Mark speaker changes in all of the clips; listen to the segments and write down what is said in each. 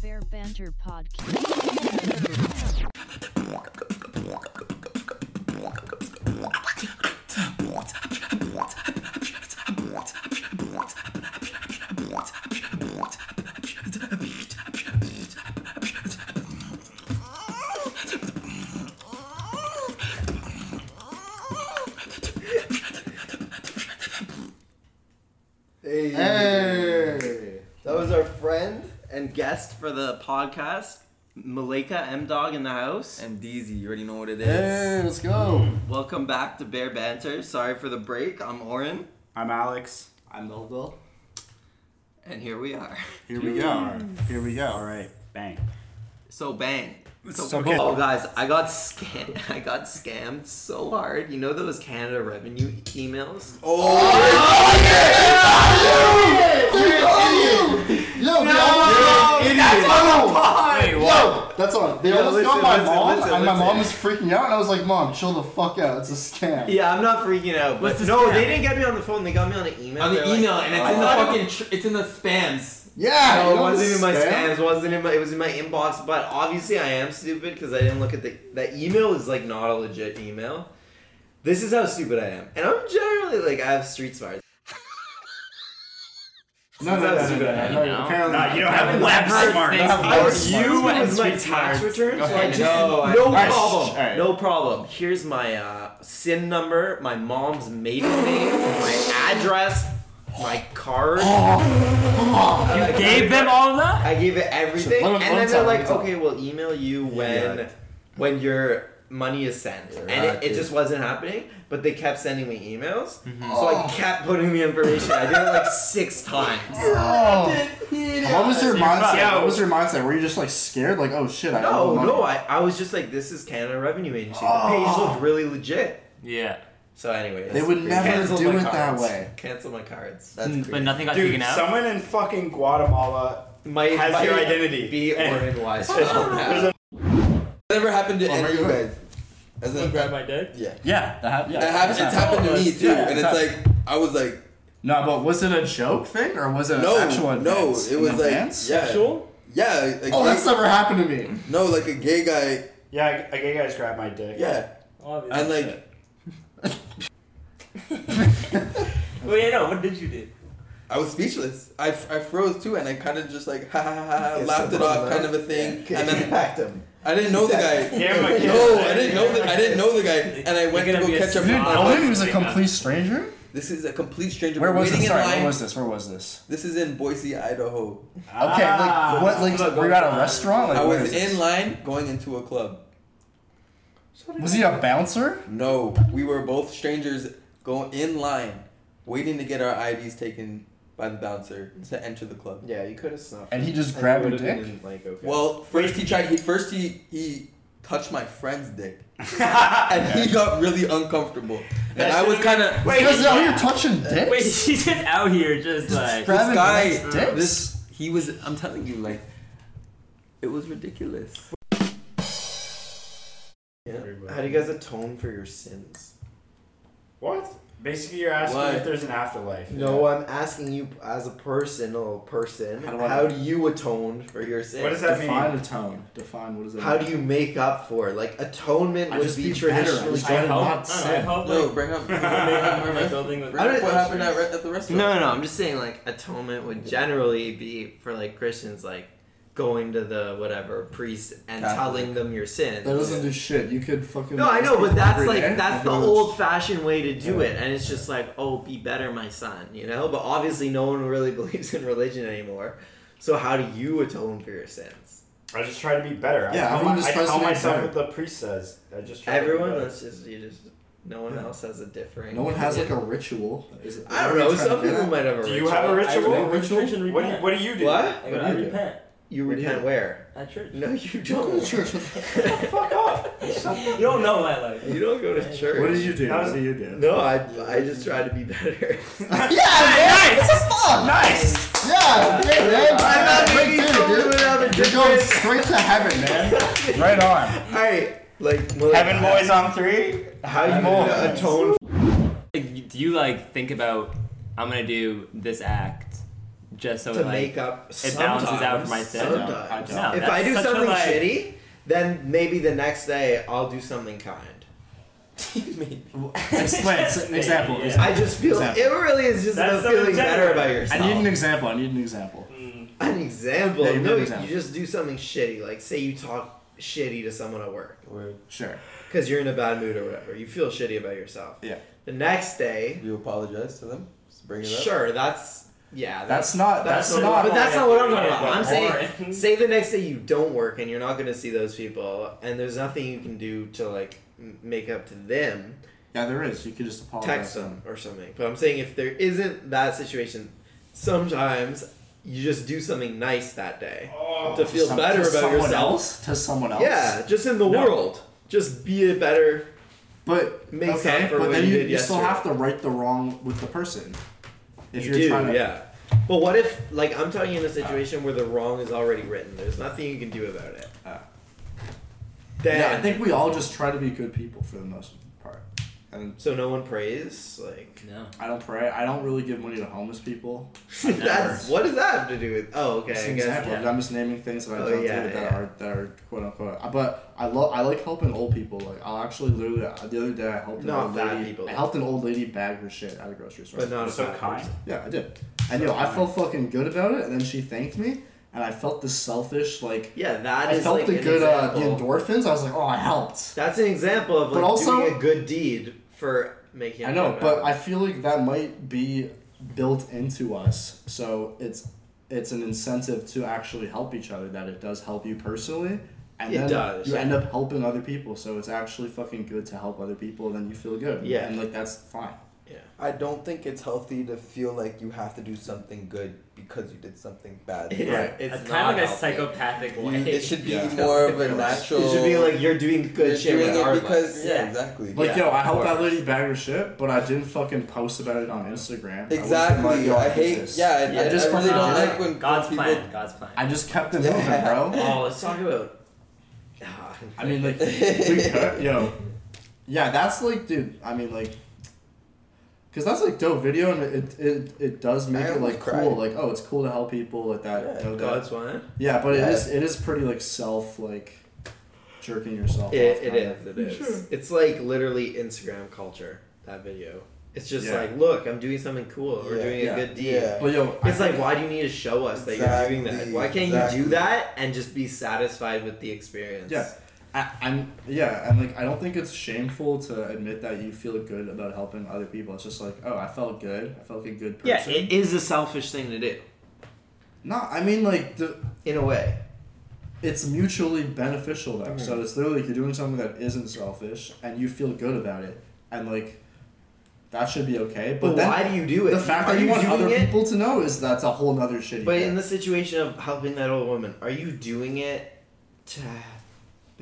Speaker 1: Fair Banter Podcast.
Speaker 2: Hey.
Speaker 3: Hey.
Speaker 2: That was our friend and guest for the podcast, Malika M Dog in the house. And
Speaker 4: and DZ. You already know what it is.
Speaker 3: Hey, let's go.
Speaker 2: welcome back to Bear Banter. Sorry for the break. I'm Oren,
Speaker 5: I'm Alex.
Speaker 3: I'm Melville.
Speaker 2: and here we are.
Speaker 5: Here we go. Here we go. All right. Bang.
Speaker 2: So bang.
Speaker 5: So good.
Speaker 2: Oh guys, I got scammed. I got scammed so hard. You know those Canada revenue emails? Oh,
Speaker 3: Yo, no!
Speaker 2: that's on the pod!
Speaker 3: Yo, that's on. They almost
Speaker 2: listen,
Speaker 3: got my
Speaker 2: listen,
Speaker 3: mom,
Speaker 2: listen,
Speaker 3: and my
Speaker 2: listen.
Speaker 3: mom was freaking out, and I was like, "Mom, chill the fuck out. It's a scam."
Speaker 2: Yeah, I'm not freaking out, but
Speaker 4: What's the
Speaker 2: no,
Speaker 4: scam?
Speaker 2: they didn't get me on the phone. They got me on the email.
Speaker 4: On the
Speaker 2: They're like,
Speaker 4: email, and it's in the
Speaker 2: "Oh,
Speaker 4: fucking, tr- it's in the spams.
Speaker 3: Yeah.
Speaker 2: No,
Speaker 3: you
Speaker 2: it
Speaker 3: know
Speaker 2: wasn't in my
Speaker 3: the
Speaker 2: spams. wasn't in my. It was in my inbox. But obviously, I am stupid because I didn't look at the that email. Is like not a legit email. This is how stupid I am, and I'm generally like I have street smarts.
Speaker 3: No, no, no,
Speaker 2: That's
Speaker 3: no,
Speaker 2: good.
Speaker 3: no, no,
Speaker 4: You know?
Speaker 3: Apparently,
Speaker 5: Nah, Uh, you don't have web smarts.
Speaker 4: Thanks.
Speaker 3: I
Speaker 2: Or
Speaker 3: was
Speaker 2: you
Speaker 3: smart.
Speaker 2: as my
Speaker 5: Street
Speaker 2: tax
Speaker 5: smarts.
Speaker 2: return, so I
Speaker 4: Okay.
Speaker 2: just
Speaker 4: No, I-
Speaker 2: no
Speaker 5: Alright, shh,
Speaker 2: problem,
Speaker 5: alright.
Speaker 2: no problem. Here's my uh, sin number, my mom's maiden name, my address, my card.
Speaker 4: You
Speaker 2: Uh,
Speaker 4: gave them all that?
Speaker 2: I gave it everything,
Speaker 3: Let
Speaker 2: and
Speaker 3: him- let
Speaker 2: then
Speaker 3: him
Speaker 2: they're
Speaker 3: tell, let
Speaker 2: like,
Speaker 3: him tell.
Speaker 2: "Okay, we'll email you when when your money is sent." and
Speaker 3: right, Mm-hmm.
Speaker 2: it, it
Speaker 3: dude.
Speaker 2: just wasn't happening. But they kept sending me emails, so I kept putting the information. I did it like six times.
Speaker 3: Oh. What was your mindset?
Speaker 5: fucked.
Speaker 3: What was your mindset? Were you just like scared, like, "Oh shit, I owe
Speaker 2: No,
Speaker 3: money.
Speaker 2: no, I, I was just like, "This is Canada Revenue Agency." The page looked really legit.
Speaker 4: Yeah.
Speaker 2: So, anyways,
Speaker 3: They would never
Speaker 2: Canceled
Speaker 3: do
Speaker 2: my
Speaker 3: it that
Speaker 2: cards.
Speaker 3: way.
Speaker 2: Cancel my cards.
Speaker 4: But nothing got
Speaker 5: Dude,
Speaker 4: taken out?
Speaker 5: someone in fucking Guatemala.
Speaker 2: my,
Speaker 5: Has
Speaker 2: my
Speaker 5: your identity.
Speaker 2: Be or in Y.
Speaker 5: There's a-
Speaker 6: never happened to
Speaker 3: Oh,
Speaker 6: any of
Speaker 3: right,
Speaker 6: you
Speaker 3: right.
Speaker 6: guys. As in,
Speaker 4: grab my dick?
Speaker 6: yeah.
Speaker 7: Yeah, that happened. Yeah,
Speaker 6: It happened, it's happened to me too.
Speaker 7: Yeah,
Speaker 6: and
Speaker 7: it's
Speaker 6: it's like, I was like,
Speaker 3: No, but was it a joke thing or was it
Speaker 6: no,
Speaker 3: an actual
Speaker 6: no. It
Speaker 3: advance
Speaker 6: was
Speaker 3: in
Speaker 6: like,
Speaker 3: advance?
Speaker 6: yeah. Yeah. A
Speaker 3: Oh,
Speaker 6: gay,
Speaker 3: that's never happened to me.
Speaker 6: no, like a gay guy.
Speaker 5: Yeah, a gay guy's grabbed my dick.
Speaker 6: Yeah. And like,
Speaker 4: Wait, no, what did you do?
Speaker 6: I was speechless. I, f- I froze too, and I kind of just like, ha ha ha, ha
Speaker 2: Okay,
Speaker 6: laughed
Speaker 2: so
Speaker 6: it off,
Speaker 2: brother.
Speaker 6: kind of a thing. And then
Speaker 2: packed him.
Speaker 6: I didn't know the guy.
Speaker 5: Here, my kid.
Speaker 6: No, I didn't know the I didn't know the guy, and I went to
Speaker 4: You're gonna
Speaker 6: go
Speaker 4: be a
Speaker 6: catch up.
Speaker 3: You didn't
Speaker 4: Uh,
Speaker 3: know
Speaker 4: what-
Speaker 3: him? He was a
Speaker 4: wait, no.
Speaker 3: complete stranger.
Speaker 6: This is a complete stranger.
Speaker 3: Where
Speaker 6: We're
Speaker 3: was
Speaker 6: waiting
Speaker 3: this?
Speaker 6: in
Speaker 3: Sorry,
Speaker 6: line.
Speaker 3: where was this? Where was this?
Speaker 6: This is in Boise, Idaho.
Speaker 3: Okay, like what? Like
Speaker 5: look,
Speaker 3: were you at a restaurant? Like
Speaker 6: I
Speaker 3: where
Speaker 6: was
Speaker 3: is
Speaker 6: in line going into a club.
Speaker 3: this? Was he a bouncer?
Speaker 6: No, we were both strangers going in line, waiting to get our IDs taken by the bouncer to enter the club.
Speaker 2: Yeah, you could have snuffed.
Speaker 3: And
Speaker 2: him.
Speaker 3: he just
Speaker 2: Like,
Speaker 3: grabbed
Speaker 2: it
Speaker 3: your
Speaker 2: would've
Speaker 3: dick?
Speaker 2: been, Like, okay.
Speaker 6: Well, first he tried. He first he he touched my friend's dick, and he got really uncomfortable. And I was kind of
Speaker 3: Wait, you guys out here touching dicks?
Speaker 4: Wait, she's just out here just like...
Speaker 3: grabbing
Speaker 6: guy-
Speaker 3: guys' dicks?
Speaker 6: this- he was. I'm telling you, like it was ridiculous.
Speaker 2: Yeah. How do you guys atone for your sins?
Speaker 5: What? Basically, you're asking
Speaker 6: Why?
Speaker 5: if there's an afterlife.
Speaker 2: No, I'm asking you as a personal person. How
Speaker 3: How
Speaker 2: do,
Speaker 3: do I-
Speaker 2: you atone for your sins?
Speaker 5: What does that mean?
Speaker 3: a tone. Define what does that
Speaker 2: How do you make up for it? Like atonement
Speaker 3: I
Speaker 2: would
Speaker 3: just
Speaker 2: be
Speaker 3: be better. I
Speaker 2: traditionally.
Speaker 3: just try to not sin.
Speaker 6: No, bring up. Bring up, bring up what happened at, re- at the restaurant.
Speaker 2: No, no, no. I'm just saying, like atonement would generally be for like Christians, like going to the whatever priest and
Speaker 6: Catholic.
Speaker 2: telling them your sins.
Speaker 3: That doesn't do shit. You could fucking.
Speaker 2: No, I know, but that's like that's the
Speaker 3: old.
Speaker 2: old-fashioned way to do it, and it's just like, oh, be better, my son, you know. But obviously, no one really believes in religion anymore. So, how do you atone for your sins?
Speaker 5: I just try to be better.
Speaker 3: Yeah,
Speaker 5: I tell,
Speaker 3: everyone
Speaker 5: my,
Speaker 3: just
Speaker 5: I
Speaker 3: tries
Speaker 5: tell
Speaker 3: to be
Speaker 5: myself
Speaker 3: better.
Speaker 5: what the priest says. I just try
Speaker 2: Everyone,
Speaker 5: To be
Speaker 2: that's just you just no one else has a differing.
Speaker 3: No one has like a
Speaker 2: opinion.
Speaker 3: ritual. Is it-
Speaker 2: I
Speaker 3: what
Speaker 2: don't
Speaker 3: are
Speaker 2: know.
Speaker 3: you trying to
Speaker 2: Some
Speaker 3: get
Speaker 2: people
Speaker 3: at?
Speaker 2: might have a.
Speaker 5: Do
Speaker 2: ritual.
Speaker 5: you have a ritual?
Speaker 3: I would-
Speaker 4: What do
Speaker 5: What do you, what do you do?
Speaker 2: What?
Speaker 4: I go, I
Speaker 3: What do you do?
Speaker 4: repent.
Speaker 2: You
Speaker 3: What do you
Speaker 2: repent
Speaker 3: do?
Speaker 2: where?
Speaker 4: At church.
Speaker 2: No, you
Speaker 3: Go to
Speaker 2: don't.
Speaker 3: church.
Speaker 5: Fuck off.
Speaker 4: You don't know my life.
Speaker 2: You don't go to church.
Speaker 3: What did you do?
Speaker 5: That was-
Speaker 3: What do you do?
Speaker 2: No, I I just try to be better.
Speaker 3: yeah, man, what the fuck?
Speaker 5: Nice.
Speaker 3: Yeah, yeah, man.
Speaker 2: I'm not making
Speaker 3: Right
Speaker 2: someone
Speaker 3: there, dude.
Speaker 2: without a
Speaker 3: You're going
Speaker 2: difference.
Speaker 3: straight to heaven, man. Right on.
Speaker 2: All right, like Malika,
Speaker 5: Heaven boys on three.
Speaker 2: How do you
Speaker 3: Heaven boys.
Speaker 2: atone
Speaker 4: Like, do you like think about I'm gonna do this act just so
Speaker 2: to
Speaker 4: like,
Speaker 2: make up.
Speaker 4: it balances out for
Speaker 2: sometimes-
Speaker 4: myself.
Speaker 3: I don't. I
Speaker 2: Sometimes.
Speaker 3: don't.
Speaker 4: No,
Speaker 2: if
Speaker 4: that's
Speaker 2: I do
Speaker 4: such a,
Speaker 2: something
Speaker 4: like-
Speaker 2: shitty, then maybe the next day I'll do something kind.
Speaker 6: Maybe.
Speaker 3: Explain. s- an example.
Speaker 4: Yeah.
Speaker 3: example.
Speaker 2: I just feel
Speaker 3: Exactly.
Speaker 2: it really is just
Speaker 4: That's
Speaker 2: about
Speaker 4: so
Speaker 2: feeling better
Speaker 4: general.
Speaker 2: about
Speaker 3: I
Speaker 2: yourself.
Speaker 3: need an example. I need an example.
Speaker 4: Mm.
Speaker 2: An example.
Speaker 3: Yeah, you
Speaker 2: no,
Speaker 3: need an example.
Speaker 2: you just do something shitty. Like say you talk shitty to someone at work
Speaker 5: Weird.
Speaker 3: Sure.
Speaker 2: because you're in a bad mood or whatever. You feel shitty about yourself.
Speaker 3: Yeah.
Speaker 2: The next day,
Speaker 6: You apologize to them? Just bring it up?
Speaker 2: sure, that's yeah.
Speaker 3: That's not. That's,
Speaker 2: That's
Speaker 3: not.
Speaker 2: but that's not what I'm talking about.
Speaker 4: Yeah,
Speaker 2: I'm saying,
Speaker 4: boring.
Speaker 2: say the next day you don't work and you're not going to see those people, and there's nothing you can do to like m- make up to them.
Speaker 3: yeah, there is. You could just apologize.
Speaker 2: Text them or something. But I'm saying if there isn't that situation, sometimes you just do something nice that day
Speaker 5: Oh.
Speaker 2: to feel
Speaker 3: some-
Speaker 2: better
Speaker 3: to
Speaker 2: about
Speaker 3: someone
Speaker 2: yourself.
Speaker 3: Else, to someone else.
Speaker 2: Yeah, just in the
Speaker 3: No.
Speaker 2: world, just be a better.
Speaker 3: But
Speaker 2: Makes
Speaker 3: okay,
Speaker 2: up for
Speaker 3: but
Speaker 2: what
Speaker 3: then
Speaker 2: you
Speaker 3: you,
Speaker 2: did
Speaker 3: you still
Speaker 2: yesterday.
Speaker 3: have to right the wrong with the person. If
Speaker 2: you
Speaker 3: are
Speaker 2: do,
Speaker 3: trying to,
Speaker 2: yeah. But what if, like, I'm talking in a situation where the wrong is already written? There's nothing you can do about it.
Speaker 3: Ah.
Speaker 2: Then,
Speaker 3: yeah, I think we all just try to be good people for the most part. And
Speaker 2: So no one prays? Like
Speaker 4: No.
Speaker 3: I don't pray. I don't really give money to homeless people.
Speaker 2: that's what does that have to do with oh okay,
Speaker 3: It's an
Speaker 2: I guess
Speaker 3: example.
Speaker 4: yeah.
Speaker 3: I'm just naming things that I
Speaker 2: Oh,
Speaker 3: don't
Speaker 2: yeah,
Speaker 3: do that
Speaker 2: yeah.
Speaker 3: are that are quote unquote. uh, But I love I like helping old people. Like I'll actually literally uh, the other day I helped an
Speaker 2: Not
Speaker 3: old
Speaker 2: fat
Speaker 3: lady.
Speaker 2: people.
Speaker 3: I helped an old lady bag her shit at a grocery store.
Speaker 2: but not a
Speaker 5: So
Speaker 2: bad
Speaker 5: kind.
Speaker 2: person.
Speaker 3: Yeah, I did. And yo, I felt fucking good about it. And then she thanked me, and I felt the selfish like
Speaker 2: Yeah, that
Speaker 3: I
Speaker 2: is
Speaker 3: felt
Speaker 2: like
Speaker 3: the
Speaker 2: an
Speaker 3: good uh, the
Speaker 2: example.
Speaker 3: endorphins. I was like, oh, I helped.
Speaker 2: That's an example of
Speaker 3: But
Speaker 2: like
Speaker 3: also-
Speaker 2: doing a good deed for making.
Speaker 3: I
Speaker 2: a
Speaker 3: know,
Speaker 2: good
Speaker 3: but
Speaker 6: uh,
Speaker 3: I
Speaker 2: amount.
Speaker 3: feel like that might be built into us. So it's it's an incentive to actually help each other. That it does help you personally. And
Speaker 2: It
Speaker 3: then
Speaker 2: does.
Speaker 3: you end up helping other people, so it's actually fucking good to help other people, and then you feel good.
Speaker 2: Yeah.
Speaker 3: and like that's fine.
Speaker 6: I don't think it's healthy to feel like you have to do something good because you did something bad.
Speaker 2: Yeah,
Speaker 3: Right.
Speaker 2: it's
Speaker 4: That's
Speaker 2: not
Speaker 4: kind of like a
Speaker 2: healthy.
Speaker 4: psychopathic
Speaker 6: You-
Speaker 4: way.
Speaker 6: it should be
Speaker 3: Yeah.
Speaker 6: more of a
Speaker 2: It
Speaker 6: natural.
Speaker 2: should be like you're doing good
Speaker 6: you're
Speaker 2: shit
Speaker 6: doing
Speaker 2: with
Speaker 6: it
Speaker 2: our
Speaker 6: because
Speaker 2: lives.
Speaker 6: yeah,
Speaker 4: Yeah.
Speaker 6: exactly.
Speaker 3: Like
Speaker 2: Yeah,
Speaker 3: yo, I
Speaker 2: of
Speaker 3: helped that
Speaker 2: course.
Speaker 3: lady bag her shit, but I didn't fucking post about it on Instagram. I wasn't like,
Speaker 6: Exactly.
Speaker 3: yo,
Speaker 6: I
Speaker 3: did
Speaker 6: hate.
Speaker 3: this.
Speaker 6: Yeah, I,
Speaker 4: Yeah,
Speaker 6: I
Speaker 3: just
Speaker 6: just really
Speaker 3: fucking
Speaker 6: don't
Speaker 3: do
Speaker 6: like when
Speaker 4: God's
Speaker 6: when
Speaker 4: plan. God's plan.
Speaker 3: I just kept it
Speaker 6: Yeah.
Speaker 3: moving, bro.
Speaker 2: Oh, let's talk about. Ah,
Speaker 3: I mean, like, we could, yo, yeah, that's like, dude. I mean, like, cause that's like dope video, and it it, it does make
Speaker 6: I
Speaker 3: it like
Speaker 6: almost cried.
Speaker 3: cool. Like, oh, it's cool to help people like that.
Speaker 6: Yeah,
Speaker 3: Yeah, know that.
Speaker 2: God's one.
Speaker 3: yeah but
Speaker 6: Yeah.
Speaker 3: it is it is pretty like self like jerking yourself.
Speaker 2: It,
Speaker 3: off,
Speaker 2: it
Speaker 3: kinda.
Speaker 2: is. It is. It's like literally Instagram culture. That video. It's just
Speaker 3: Yeah.
Speaker 2: like, look, I'm doing something cool. We're
Speaker 6: Yeah.
Speaker 2: doing
Speaker 3: Yeah.
Speaker 2: a good deed.
Speaker 6: Yeah.
Speaker 3: But yo, I
Speaker 2: It's like, why do you need to show us that you're doing that?
Speaker 6: Exactly,
Speaker 2: Why can't you
Speaker 6: exactly.
Speaker 2: do that and just be satisfied with the experience?
Speaker 3: Yeah. I, I'm yeah, and like I don't think it's shameful to admit that you feel good about helping other people. It's just like, oh, I felt good. I felt like a good
Speaker 2: Yeah,
Speaker 3: person.
Speaker 2: it is a selfish thing to do,
Speaker 3: no, I mean like the,
Speaker 2: in a way.
Speaker 3: it's mutually beneficial though.
Speaker 2: Mm-hmm.
Speaker 3: So it's literally like you're doing something that isn't selfish and you feel good about it, and like that should be okay. But,
Speaker 2: But,
Speaker 3: then
Speaker 2: why do you do it?
Speaker 3: the fact
Speaker 2: are
Speaker 3: that you want
Speaker 2: doing
Speaker 3: other
Speaker 2: it?
Speaker 3: people to know is that's a whole nother shitty.
Speaker 2: But
Speaker 3: thing.
Speaker 2: in the situation of helping that old woman, are you doing it to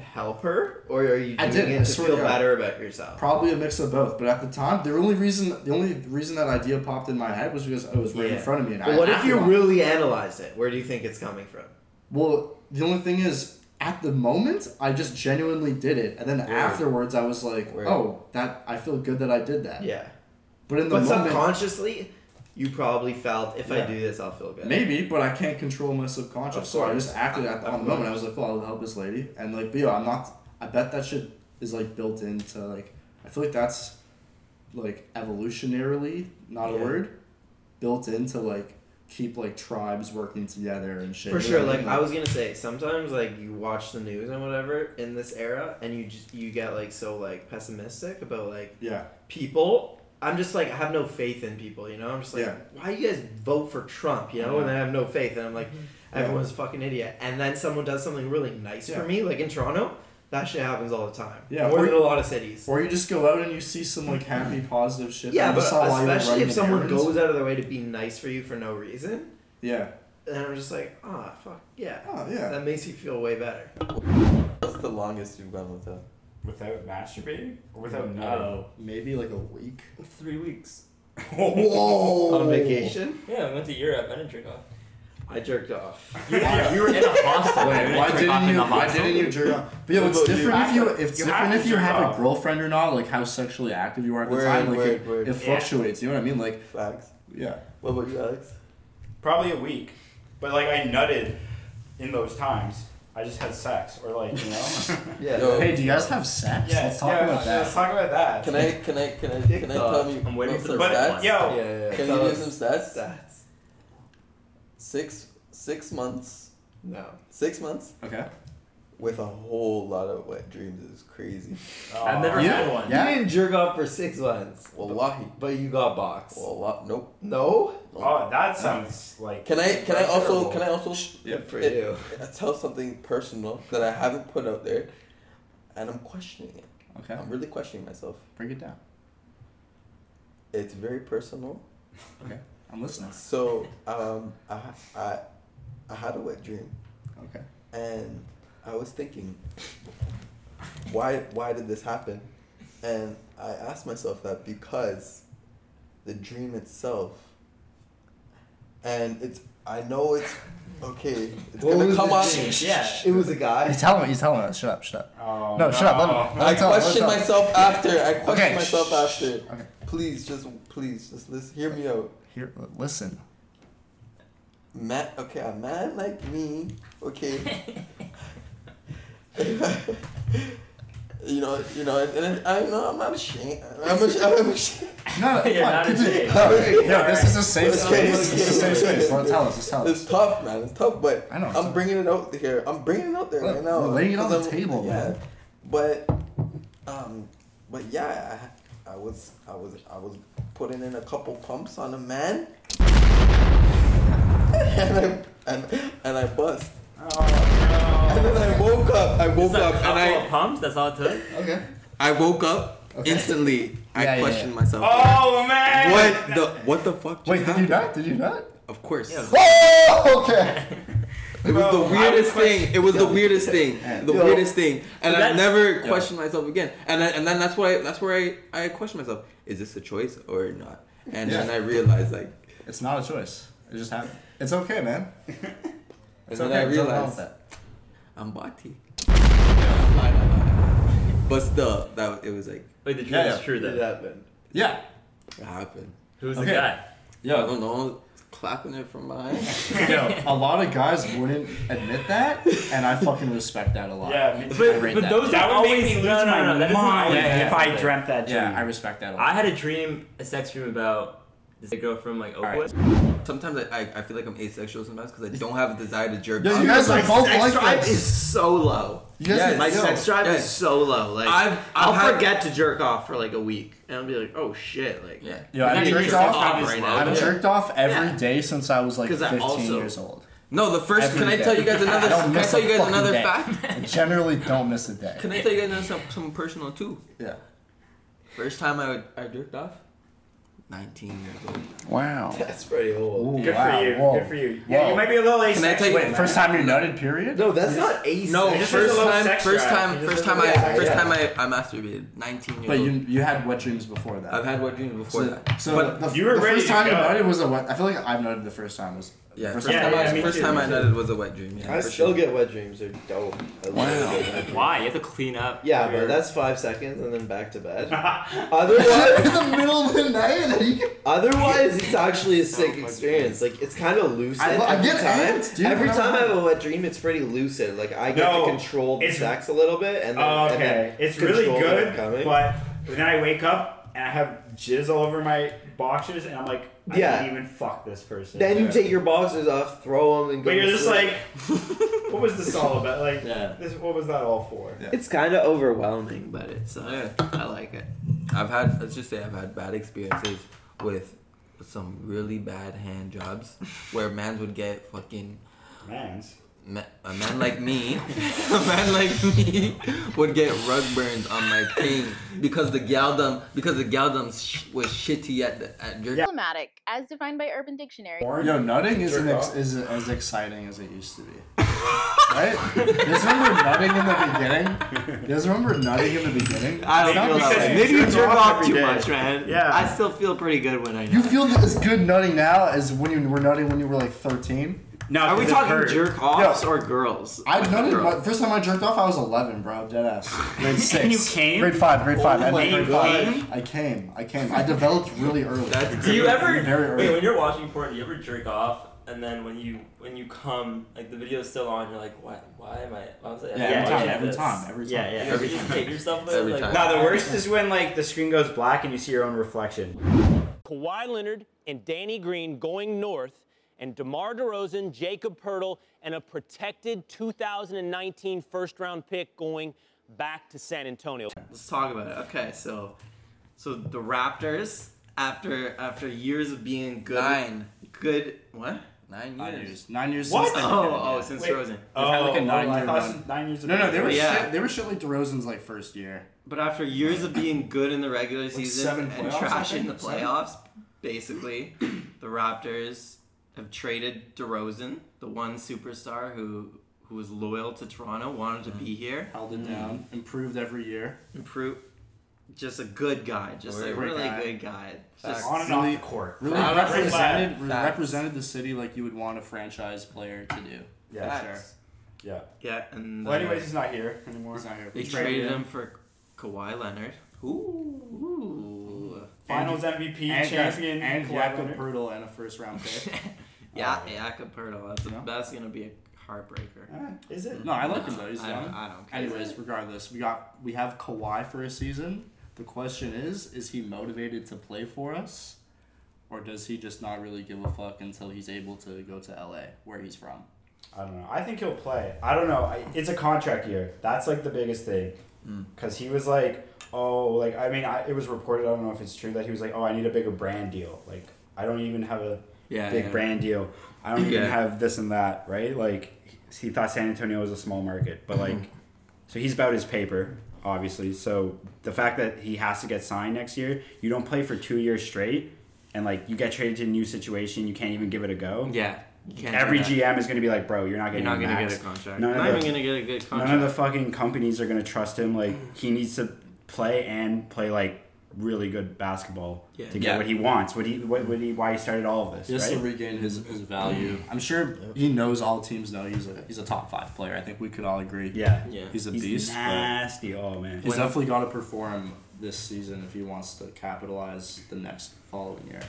Speaker 2: help her, or are you
Speaker 3: I
Speaker 2: doing
Speaker 3: did, I
Speaker 2: it to
Speaker 3: swear
Speaker 2: feel
Speaker 3: to God.
Speaker 2: better about yourself?
Speaker 3: Probably a mix of both, but at the time, the only reason the only reason that idea popped in my head was because it was right in
Speaker 2: Yeah.
Speaker 3: front of me. And I
Speaker 2: But what if
Speaker 3: acted
Speaker 2: you
Speaker 3: on it.
Speaker 2: really analyze it? Where do you think it's coming from?
Speaker 3: Well, the only thing is, at the moment, I just genuinely did it, and then afterwards, I was like,
Speaker 6: Right.
Speaker 3: "Oh, that I feel good that I did that."
Speaker 2: Yeah,
Speaker 3: But Uh, in the
Speaker 2: but
Speaker 3: moment,
Speaker 2: subconsciously, you probably felt if
Speaker 3: Yeah.
Speaker 2: I do this, I'll feel good.
Speaker 3: maybe, but I can't control my subconscious,
Speaker 2: Of
Speaker 3: so I
Speaker 2: course.
Speaker 3: just acted at the, on the moment. I was like, "Well, I'll help this lady," and like, but yo, I'm not. I bet that shit is like built into like. I feel like that's like evolutionarily not a
Speaker 2: Yeah.
Speaker 3: word, built into like keep like tribes working together and shit.
Speaker 2: For
Speaker 3: You know
Speaker 2: sure,
Speaker 3: what
Speaker 2: like
Speaker 3: mean?
Speaker 2: I was gonna say, sometimes like you watch the news and whatever in this era, and you just you get like so like pessimistic about like
Speaker 3: yeah,
Speaker 2: people. I'm just like I have no faith in people, you know. I'm just like,
Speaker 3: Yeah.
Speaker 2: why do you guys vote for Trump, you know? And I have no faith, and I'm like,
Speaker 3: Mm-hmm. Yeah.
Speaker 2: everyone's a fucking idiot. And then someone does something really nice
Speaker 3: Yeah.
Speaker 2: for me, like in Toronto. That shit happens all the time.
Speaker 3: Yeah,
Speaker 2: more
Speaker 3: or-
Speaker 2: than a lot of cities.
Speaker 3: Or you just go out and you see some like happy, positive shit. that
Speaker 2: yeah,
Speaker 3: you
Speaker 2: but
Speaker 3: saw while you were
Speaker 2: especially
Speaker 3: running
Speaker 2: if someone
Speaker 3: errands.
Speaker 2: goes out of their way to be nice for you for no reason,
Speaker 3: Yeah.
Speaker 2: then I'm just like, ah, fuck, yeah.
Speaker 3: Oh yeah.
Speaker 2: That makes you feel way better.
Speaker 6: What's the longest you've gone without?
Speaker 5: Without masturbating? Or without nutting?
Speaker 4: no.
Speaker 3: Maybe like a week.
Speaker 4: Three weeks.
Speaker 6: Oh.
Speaker 3: Whoa.
Speaker 2: On vacation,
Speaker 4: Yeah, I went to Europe. I didn't drink off.
Speaker 2: I jerked off.
Speaker 4: You, you were in a hostel. You
Speaker 3: Wait,
Speaker 4: didn't
Speaker 3: why
Speaker 4: jerk off
Speaker 3: didn't
Speaker 4: in
Speaker 3: you?
Speaker 4: the
Speaker 3: Why
Speaker 4: hostel?
Speaker 3: didn't you jerk off? But yo, it's
Speaker 5: Well, you
Speaker 3: different if
Speaker 5: have
Speaker 3: you.
Speaker 5: to-
Speaker 3: It's
Speaker 5: you
Speaker 3: different
Speaker 5: have
Speaker 3: if
Speaker 5: to
Speaker 3: you
Speaker 5: jerk
Speaker 3: have a
Speaker 5: off.
Speaker 3: girlfriend or not. Like how sexually active you are at the
Speaker 6: Word,
Speaker 3: time. Like
Speaker 6: word,
Speaker 3: it,
Speaker 6: word.
Speaker 3: it fluctuates. You know what I mean? Like
Speaker 6: Facts.
Speaker 3: yeah.
Speaker 6: What about you, Alex?
Speaker 5: Probably a week. But like I nutted in those times. I just had sex or like, you know.
Speaker 2: Yeah.
Speaker 6: Yo.
Speaker 3: Hey, do you guys have sex?
Speaker 5: yeah,
Speaker 3: Let's talk
Speaker 5: yeah,
Speaker 3: about
Speaker 5: Let's
Speaker 3: that.
Speaker 5: talk about that.
Speaker 6: Can I can I can I can I tell you?
Speaker 4: I'm waiting
Speaker 6: what's
Speaker 4: for the
Speaker 6: their
Speaker 5: but
Speaker 6: stats?
Speaker 2: Yeah,
Speaker 5: yo,
Speaker 2: yeah, yeah.
Speaker 6: Can
Speaker 2: Tell
Speaker 6: you give
Speaker 2: us
Speaker 6: some stats?
Speaker 2: stats?
Speaker 6: Six six months
Speaker 2: No.
Speaker 6: six months
Speaker 3: Okay.
Speaker 6: with a whole lot of wet dreams is crazy.
Speaker 5: Oh,
Speaker 4: I've never
Speaker 3: Yeah.
Speaker 4: had one.
Speaker 3: Yeah.
Speaker 2: You didn't jerk off for six months,
Speaker 6: Wallahi.
Speaker 2: but you got boxed.
Speaker 6: Wallah. Nope.
Speaker 2: No?
Speaker 5: Oh, that sounds like
Speaker 6: Can I can I
Speaker 2: That's
Speaker 6: also
Speaker 2: terrible.
Speaker 6: can I also
Speaker 2: Good for
Speaker 6: It-
Speaker 2: you.
Speaker 6: tell something personal that I haven't put out there, and I'm questioning it.
Speaker 3: Okay.
Speaker 6: I'm really questioning myself.
Speaker 3: Break it down.
Speaker 6: It's very personal.
Speaker 3: I'm listening.
Speaker 6: So um, I, I I had a wet dream,
Speaker 3: Okay.
Speaker 6: and I was thinking, why why did this happen? And I asked myself that because the dream itself, and it's I know it's okay. It's
Speaker 2: What
Speaker 6: gonna
Speaker 2: was
Speaker 6: come
Speaker 2: the
Speaker 6: out.
Speaker 2: dream?
Speaker 4: Yeah.
Speaker 2: It was a guy.
Speaker 3: He's telling. He's telling us. Shut up. Shut up.
Speaker 5: Oh,
Speaker 3: No, shut up, let him-
Speaker 6: I
Speaker 3: What's up, what's
Speaker 6: question
Speaker 3: up?
Speaker 6: myself after. I question
Speaker 3: Okay.
Speaker 6: myself after.
Speaker 3: Okay.
Speaker 6: Please, just please, just listen, hear me out.
Speaker 3: Here, l- listen.
Speaker 6: Man, okay, a man like me, okay. you know, you know, and, and I know I'm not ashamed. I'm, ash- I'm ashamed.
Speaker 3: No, no,
Speaker 4: You're
Speaker 3: come on,
Speaker 4: not
Speaker 3: continue.
Speaker 4: ashamed.
Speaker 3: No,
Speaker 6: Okay.
Speaker 3: no, this is a safe
Speaker 6: Okay,
Speaker 3: space. This is a
Speaker 6: okay,
Speaker 3: safe
Speaker 6: okay.
Speaker 3: space. Well, tell us. Just tell
Speaker 6: It's
Speaker 3: us.
Speaker 6: tough, man. It's tough, but
Speaker 3: I know, it's
Speaker 6: I'm
Speaker 3: tough.
Speaker 6: bringing it out here. I'm bringing it out there
Speaker 3: Look,
Speaker 6: right now.
Speaker 3: we're laying it on
Speaker 6: because
Speaker 3: the
Speaker 6: I'm-
Speaker 3: table,
Speaker 6: yeah.
Speaker 3: man.
Speaker 6: But, um, but yeah, I, I was, I was, I was putting in a couple pumps on a man, and I and, and I bust,
Speaker 5: Oh,
Speaker 6: and then I woke up. I woke
Speaker 4: Just a
Speaker 6: up,
Speaker 4: couple
Speaker 6: and
Speaker 4: of
Speaker 6: I
Speaker 4: pumps. That's all it took.
Speaker 3: Okay.
Speaker 6: I woke up
Speaker 3: Okay.
Speaker 6: instantly. I
Speaker 3: Yeah, yeah,
Speaker 6: questioned
Speaker 3: yeah.
Speaker 6: myself.
Speaker 5: Oh man!
Speaker 6: What the what the fuck?
Speaker 3: Wait,
Speaker 6: just
Speaker 3: did you
Speaker 6: happened?
Speaker 3: not? Did you not?
Speaker 6: Of course.
Speaker 4: Yeah.
Speaker 3: Oh, okay.
Speaker 6: It was
Speaker 5: Bro,
Speaker 6: the weirdest
Speaker 5: I would question-
Speaker 6: thing. It was the weirdest thing. The
Speaker 3: Yo.
Speaker 6: weirdest thing. And I
Speaker 4: That's-
Speaker 6: never questioned myself again. And I, and then that's why that's where I I questioned myself. Is this a choice or not? And then
Speaker 3: Yeah.
Speaker 6: I realized like.
Speaker 3: It's not a choice. It just happened. It's okay, man. It's
Speaker 6: And
Speaker 3: okay. There's
Speaker 6: then I
Speaker 3: nothing wrong with
Speaker 6: realized
Speaker 3: that.
Speaker 6: I'm bati. I'm lying, I'm lying. But still, that was- it was like
Speaker 4: Wait, the dream
Speaker 3: Yeah,
Speaker 4: is
Speaker 3: yeah.
Speaker 4: true
Speaker 2: It
Speaker 4: though.
Speaker 2: happened.
Speaker 3: Yeah.
Speaker 6: it happened.
Speaker 4: Who's
Speaker 3: Okay.
Speaker 4: the guy?
Speaker 6: I don't know. Clapping it from behind.
Speaker 3: Yo, a lot of guys wouldn't admit that, and I fucking respect that a lot.
Speaker 5: Yeah, me too.
Speaker 3: I
Speaker 4: But,
Speaker 3: rate
Speaker 4: but
Speaker 3: that.
Speaker 4: those
Speaker 5: that
Speaker 4: are
Speaker 5: would
Speaker 4: always
Speaker 5: make me lose
Speaker 4: no, no, no, that
Speaker 5: my
Speaker 4: doesn't
Speaker 5: mind
Speaker 4: always
Speaker 3: Yeah, yeah.
Speaker 5: if
Speaker 4: happen.
Speaker 5: I dreamt that dream.
Speaker 3: Yeah, I respect that a lot.
Speaker 4: I had a dream, a sex dream about this girl from like
Speaker 3: right.
Speaker 4: Oakwood.
Speaker 6: Sometimes I, I, I feel like I'm asexual sometimes because I don't have a desire to jerk
Speaker 3: Yo,
Speaker 6: off.
Speaker 3: you guys are both
Speaker 2: sex
Speaker 3: like
Speaker 2: drive
Speaker 3: this.
Speaker 2: is so low.
Speaker 3: You guys
Speaker 6: Yeah,
Speaker 3: are-
Speaker 2: My
Speaker 3: yo,
Speaker 2: sex drive
Speaker 6: yeah.
Speaker 2: is so low. Like
Speaker 6: I've-
Speaker 2: I've,
Speaker 6: I've
Speaker 2: I'll
Speaker 6: had-
Speaker 2: forget to jerk off for like a week, and I'll be like, oh shit, like
Speaker 6: Yeah.
Speaker 3: Yo, I've
Speaker 4: That
Speaker 3: jerked
Speaker 4: is
Speaker 3: off.
Speaker 4: obvious
Speaker 2: right
Speaker 4: love.
Speaker 2: now.
Speaker 3: I've
Speaker 2: Yeah.
Speaker 3: jerked off every day
Speaker 2: Yeah.
Speaker 3: since I was like
Speaker 2: 'Cause I
Speaker 3: 15
Speaker 2: also-
Speaker 3: years old.
Speaker 6: No, the first.
Speaker 3: Every
Speaker 6: can I
Speaker 3: day.
Speaker 6: tell you guys another?
Speaker 3: I don't
Speaker 6: Can I
Speaker 3: miss
Speaker 6: tell
Speaker 3: a
Speaker 6: you guys
Speaker 3: fucking
Speaker 6: another
Speaker 3: day.
Speaker 6: fact?
Speaker 3: I generally don't miss a day.
Speaker 6: Can I tell you guys another some, some personal too?
Speaker 3: Yeah.
Speaker 6: First time I I jerked off, nineteen years old.
Speaker 3: Wow.
Speaker 2: that's pretty old.
Speaker 3: Ooh,
Speaker 5: Good
Speaker 3: wow.
Speaker 5: for you.
Speaker 3: Whoa.
Speaker 5: Good for you. Yeah,
Speaker 3: Whoa.
Speaker 5: you might be a little asexual.
Speaker 6: Can I tell you-
Speaker 3: Wait, first time you nutted, period?
Speaker 2: No, that's not ace.
Speaker 6: No,
Speaker 5: It just
Speaker 6: first
Speaker 5: is a low
Speaker 6: time,
Speaker 5: sex
Speaker 6: first
Speaker 5: drive.
Speaker 6: time,
Speaker 5: It just
Speaker 6: first
Speaker 5: is a
Speaker 6: time
Speaker 5: low
Speaker 6: I
Speaker 5: sex
Speaker 6: first
Speaker 5: drive.
Speaker 6: time I, I masturbated. Nineteen years
Speaker 3: But
Speaker 6: old.
Speaker 3: you you had wet dreams before that.
Speaker 6: I've had wet dreams before
Speaker 3: so,
Speaker 6: that.
Speaker 3: so
Speaker 6: but
Speaker 3: the,
Speaker 5: You were
Speaker 3: the
Speaker 5: ready
Speaker 3: first
Speaker 5: to
Speaker 3: time you
Speaker 5: go.
Speaker 3: nutted was a wet. I feel like I've nutted the first time was.
Speaker 6: yeah,
Speaker 3: the
Speaker 6: first
Speaker 3: first
Speaker 5: Yeah,
Speaker 6: time,
Speaker 5: yeah,
Speaker 6: I,
Speaker 5: me
Speaker 6: first
Speaker 5: too,
Speaker 6: time
Speaker 5: me
Speaker 6: I
Speaker 5: too.
Speaker 6: nutted was a wet dream. Yeah,
Speaker 2: I
Speaker 6: for
Speaker 2: still
Speaker 6: sure.
Speaker 2: get wet dreams. They're dope. I love
Speaker 6: Wow.
Speaker 2: a good wet dream.
Speaker 4: Why? You have to clean up.
Speaker 2: Yeah,
Speaker 4: your-
Speaker 2: but that's five seconds and then back to bed. otherwise,
Speaker 3: in the middle of the night, and then you get
Speaker 2: otherwise it's actually a
Speaker 4: So
Speaker 2: sick
Speaker 4: fucking
Speaker 2: experience. Like it's kind of lucid
Speaker 3: I lo- I
Speaker 2: every
Speaker 3: get
Speaker 2: time.
Speaker 3: amped, dude,
Speaker 2: every
Speaker 3: when I'm
Speaker 2: time I
Speaker 3: high.
Speaker 2: have a wet dream, it's pretty lucid. Like I get
Speaker 5: No,
Speaker 2: to control the
Speaker 5: it's-
Speaker 2: sex a little bit, and then,
Speaker 5: Oh,
Speaker 2: and then
Speaker 5: okay. It's really
Speaker 2: control when
Speaker 5: good,
Speaker 2: I'm coming.
Speaker 5: but then I wake up and I have jizz all over my boxers, and I'm like, I
Speaker 2: Yeah.
Speaker 5: didn't even fuck this person.
Speaker 2: Then you
Speaker 5: Yeah.
Speaker 2: take your boxers off, throw them, and go.
Speaker 5: But you're
Speaker 2: to
Speaker 5: just
Speaker 2: sleep.
Speaker 5: like, what was this all about? Like,
Speaker 3: Yeah.
Speaker 5: this, what was that all for?
Speaker 3: Yeah.
Speaker 2: it's kind of overwhelming, but it's uh, I like it.
Speaker 6: I've had let's just say I've had bad experiences with some really bad hand jobs where mans would get fucking
Speaker 5: Man's.
Speaker 6: Ma- a man like me, a man like me would get rug burns on my thing because the galdum because the galdum sh- was shitty at the at jerk.
Speaker 1: problematic, as defined by Urban Dictionary.
Speaker 3: Yo, nutting isn't
Speaker 5: Jerk
Speaker 3: ex-
Speaker 5: off.
Speaker 3: is as exciting as it used to be. right? You guys remember nutting in the beginning? You guys remember nutting in the beginning?
Speaker 2: I
Speaker 5: don't feel that way.
Speaker 2: Maybe you jerk off
Speaker 5: every
Speaker 2: too
Speaker 5: day.
Speaker 2: much, man.
Speaker 5: Yeah.
Speaker 2: I still feel pretty good when I.
Speaker 3: You feel as good nutting now as when you were nutting when you were like 13?
Speaker 5: No,
Speaker 2: Are we
Speaker 5: 'cause it
Speaker 2: talking
Speaker 5: hurt.
Speaker 2: jerk offs or girls?
Speaker 3: I
Speaker 2: With
Speaker 3: nutted
Speaker 2: girls.
Speaker 3: my, first time I jerked off I was 11, bro, dead ass. Grade 6.
Speaker 5: you came?
Speaker 3: Grade 5, grade 5. end
Speaker 5: Oh
Speaker 3: of
Speaker 5: my
Speaker 3: grade
Speaker 5: God.
Speaker 3: 5. I came. I came. I developed really early.
Speaker 6: That's
Speaker 4: Do you ever
Speaker 3: Very early.
Speaker 4: wait when you're watching porn? Do you ever jerk off and then when you when you come, like the video's still on, you're like, why why am I? Why was I?
Speaker 3: Yeah,
Speaker 4: why
Speaker 5: every
Speaker 4: am I
Speaker 5: time,
Speaker 4: at
Speaker 3: every
Speaker 4: this?
Speaker 3: time, every
Speaker 5: Yeah,
Speaker 3: time.
Speaker 5: yeah.
Speaker 4: You know,
Speaker 5: Every
Speaker 4: you just
Speaker 8: time.
Speaker 4: hate yourself.
Speaker 8: Every
Speaker 4: like,
Speaker 8: time.
Speaker 5: No, the worst is when like the screen goes black and you see your own reflection.
Speaker 7: Kawhi Leonard and Danny Green going north, and DeMar DeRozan, Jacob Pertle, and a protected 2019 first round pick going back to San Antonio.
Speaker 6: Let's talk about it. Okay, so so the Raptors after after years of being good
Speaker 2: Nine.
Speaker 6: good what? Uh,
Speaker 2: Nine
Speaker 3: Nine
Speaker 2: years.
Speaker 3: years. Nine years.
Speaker 5: What?
Speaker 3: Since they've been in
Speaker 6: Oh,
Speaker 3: it.
Speaker 6: oh, since
Speaker 5: Wait.
Speaker 6: Rosen.
Speaker 5: Oh,
Speaker 3: had, like, a
Speaker 5: nine
Speaker 3: nine-year
Speaker 5: I thought
Speaker 3: run.
Speaker 5: some- nine years.
Speaker 3: No, no, they were
Speaker 6: Yeah.
Speaker 3: shit. They were shit like DeRozan's like first year.
Speaker 6: But after years of being good in the regular season
Speaker 3: seven
Speaker 6: and
Speaker 3: playoffs, I
Speaker 6: trash in
Speaker 3: think?
Speaker 6: the
Speaker 3: Seven?
Speaker 6: playoffs, basically, the Raptors have traded DeRozan, the one superstar who who was loyal to Toronto, wanted to
Speaker 2: Mm.
Speaker 6: be here,
Speaker 3: Held it down.
Speaker 5: Mm.
Speaker 3: Improved every year.
Speaker 6: improve, just a good guy, just a
Speaker 3: Great
Speaker 6: really
Speaker 3: guy.
Speaker 6: good guy. Just,
Speaker 5: on and off the court.
Speaker 3: Really
Speaker 2: Facts.
Speaker 3: represented
Speaker 2: Facts.
Speaker 3: represented the city like you would want a franchise player to do.
Speaker 5: Yeah.
Speaker 3: Sure.
Speaker 2: Facts.
Speaker 5: Yeah.
Speaker 6: yeah, and
Speaker 5: Well,
Speaker 6: uh,
Speaker 5: anyways, he's not here anymore.
Speaker 3: He's not here.
Speaker 6: they
Speaker 3: We
Speaker 6: traded him for Kawhi Leonard. Ooh.
Speaker 5: Finals MVP,
Speaker 3: and
Speaker 5: champion,
Speaker 3: and
Speaker 5: Kawhi
Speaker 3: Jakob
Speaker 5: Leonard.
Speaker 3: Pertl and a first round pick.
Speaker 6: yeah,
Speaker 4: Oh.
Speaker 6: Jakob Pertl. That's, a,
Speaker 3: No.
Speaker 6: that's gonna be a heartbreaker.
Speaker 5: Is it?
Speaker 3: no, I like him though. He's
Speaker 6: I
Speaker 3: young.
Speaker 6: don't, I don't care.
Speaker 3: Anyways, regardless, we got we have Kawhi for a season. The question is, is he motivated to play for us, or does he just not really give a fuck until he's able to go to LA, where he's from?
Speaker 5: I don't know. I think he'll play. I don't know. I, it's a contract year. That's like the biggest thing.
Speaker 6: Hmm.
Speaker 5: Because he was like, oh, like, I mean, I, it was reported, I don't know if it's true, that he was like, oh, I need a bigger brand deal. Like, I don't even have a
Speaker 6: Yeah,
Speaker 5: big
Speaker 6: yeah.
Speaker 5: brand deal. I don't even
Speaker 6: Yeah.
Speaker 5: have this and that, right? Like, he thought San Antonio was a small market. But,
Speaker 6: Mm-hmm.
Speaker 5: like, so he's about his paper, obviously. So the fact that he has to get signed next year, you don't play for two years straight, and, like, you get traded to a new situation, you can't even give it a go.
Speaker 6: Yeah. you can't do
Speaker 5: Every
Speaker 6: that.
Speaker 5: GM is going to be like, bro, you're not
Speaker 6: You're
Speaker 5: getting
Speaker 6: not
Speaker 5: a
Speaker 6: gonna
Speaker 5: max.
Speaker 6: get a contract.
Speaker 5: None
Speaker 6: You're
Speaker 5: of
Speaker 6: not
Speaker 5: the-
Speaker 6: even gonna get a good contract.
Speaker 5: None of the fucking companies are gonna trust him. Like he needs to play and play like really good basketball
Speaker 6: Yeah.
Speaker 5: to get
Speaker 2: Yeah.
Speaker 5: what he wants. What he what, what he why he started all of this,
Speaker 3: Just
Speaker 5: right?
Speaker 3: to regain his, his value. I'm sure he knows all teams know he's a he's a top five player. I think we could all agree.
Speaker 5: yeah.
Speaker 6: Yeah.
Speaker 3: he's a
Speaker 5: He's
Speaker 3: beast. but
Speaker 5: nasty. Oh man.
Speaker 3: He's definitely got to perform this season if he wants to capitalize the next following year.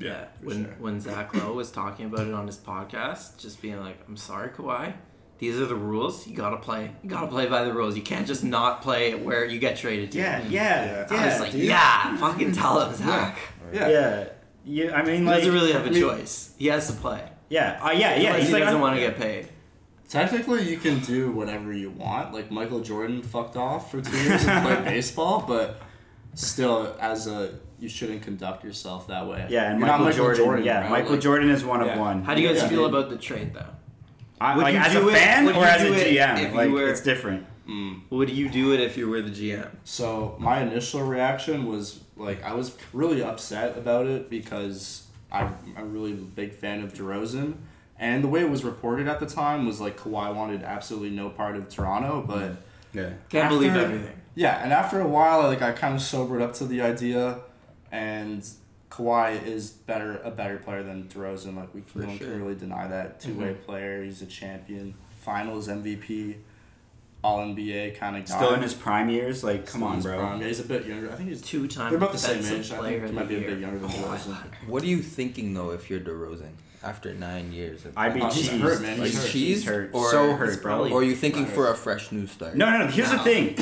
Speaker 6: Yeah,
Speaker 3: for
Speaker 6: when
Speaker 3: sure.
Speaker 6: when Zach Lowe was talking about it on his podcast, just being like, "I'm sorry, Kawhi. These are the rules. You gotta play. You gotta play by the rules. You can't just not play where you get traded to."
Speaker 5: yeah, yeah, yeah.
Speaker 6: I was like,
Speaker 5: dude.
Speaker 6: "Yeah, fucking tell him, Zach.
Speaker 5: yeah. You, I mean,
Speaker 6: He
Speaker 5: like,
Speaker 6: doesn't really have a
Speaker 5: I mean,
Speaker 6: choice. He has to play.
Speaker 5: Yeah, uh, yeah, yeah.
Speaker 6: Otherwise
Speaker 5: He's
Speaker 6: he
Speaker 5: like,
Speaker 6: doesn't
Speaker 5: I'm-
Speaker 6: want to get paid.
Speaker 3: Technically, you can do whatever you want. Like Michael Jordan fucked off for two years and played baseball, but still, as a you shouldn't conduct yourself that way.
Speaker 5: yeah, and
Speaker 3: You're
Speaker 5: Michael,
Speaker 3: not
Speaker 5: Jordan, Yeah,
Speaker 3: right?
Speaker 5: Michael
Speaker 3: Like,
Speaker 5: Jordan is one
Speaker 2: yeah.
Speaker 5: of one.
Speaker 6: How do you guys
Speaker 3: Yeah.
Speaker 6: feel about the trade, though?
Speaker 5: I,
Speaker 6: Would
Speaker 5: like
Speaker 6: you
Speaker 5: as a
Speaker 6: do it-
Speaker 5: fan
Speaker 6: would
Speaker 5: or
Speaker 6: you
Speaker 5: as a
Speaker 6: do it if
Speaker 5: GM?
Speaker 6: you
Speaker 5: Like
Speaker 6: were-
Speaker 5: it's different.
Speaker 6: Would you do it if you were the GM?
Speaker 3: So my initial reaction was like I was really upset about it because I'm, I'm a really big fan of DeRozan, and the way it was reported at the time was like Kawhi wanted absolutely no part of Toronto, but
Speaker 5: Yeah.
Speaker 6: Can't
Speaker 3: After-
Speaker 6: believe everything.
Speaker 3: yeah, and after a while, I, like I kind of sobered up to the idea, and Kawhi is better a better player than DeRozan. Like we no one
Speaker 2: sure.
Speaker 3: can really deny that two way
Speaker 5: Mm-hmm.
Speaker 3: player. He's a champion, Finals MVP, All NBA kind of guy.
Speaker 5: Still in his prime years. Like, come
Speaker 3: Still in
Speaker 5: on,
Speaker 3: his
Speaker 5: bro.
Speaker 3: prime. Yeah, he's a bit younger. I think he's
Speaker 6: Two-time
Speaker 3: They're about the same
Speaker 6: defensive
Speaker 3: age. I
Speaker 6: player
Speaker 3: think he
Speaker 6: of
Speaker 3: might
Speaker 6: the
Speaker 3: be a bit
Speaker 6: year.
Speaker 3: younger than
Speaker 6: Kawhi
Speaker 3: DeRozan.
Speaker 6: Leonard.
Speaker 2: What are you thinking though if you're DeRozan after nine years? Of
Speaker 5: I'd be
Speaker 3: Oh, he's
Speaker 5: cheesed.
Speaker 3: hurt, man.
Speaker 2: like
Speaker 3: He's hurt.
Speaker 2: cheese
Speaker 5: He's hurt.
Speaker 2: or
Speaker 5: so hurt, bro.
Speaker 6: probably-
Speaker 2: Or are you thinking for a fresh new start?
Speaker 5: No, no, no. Here's the thing.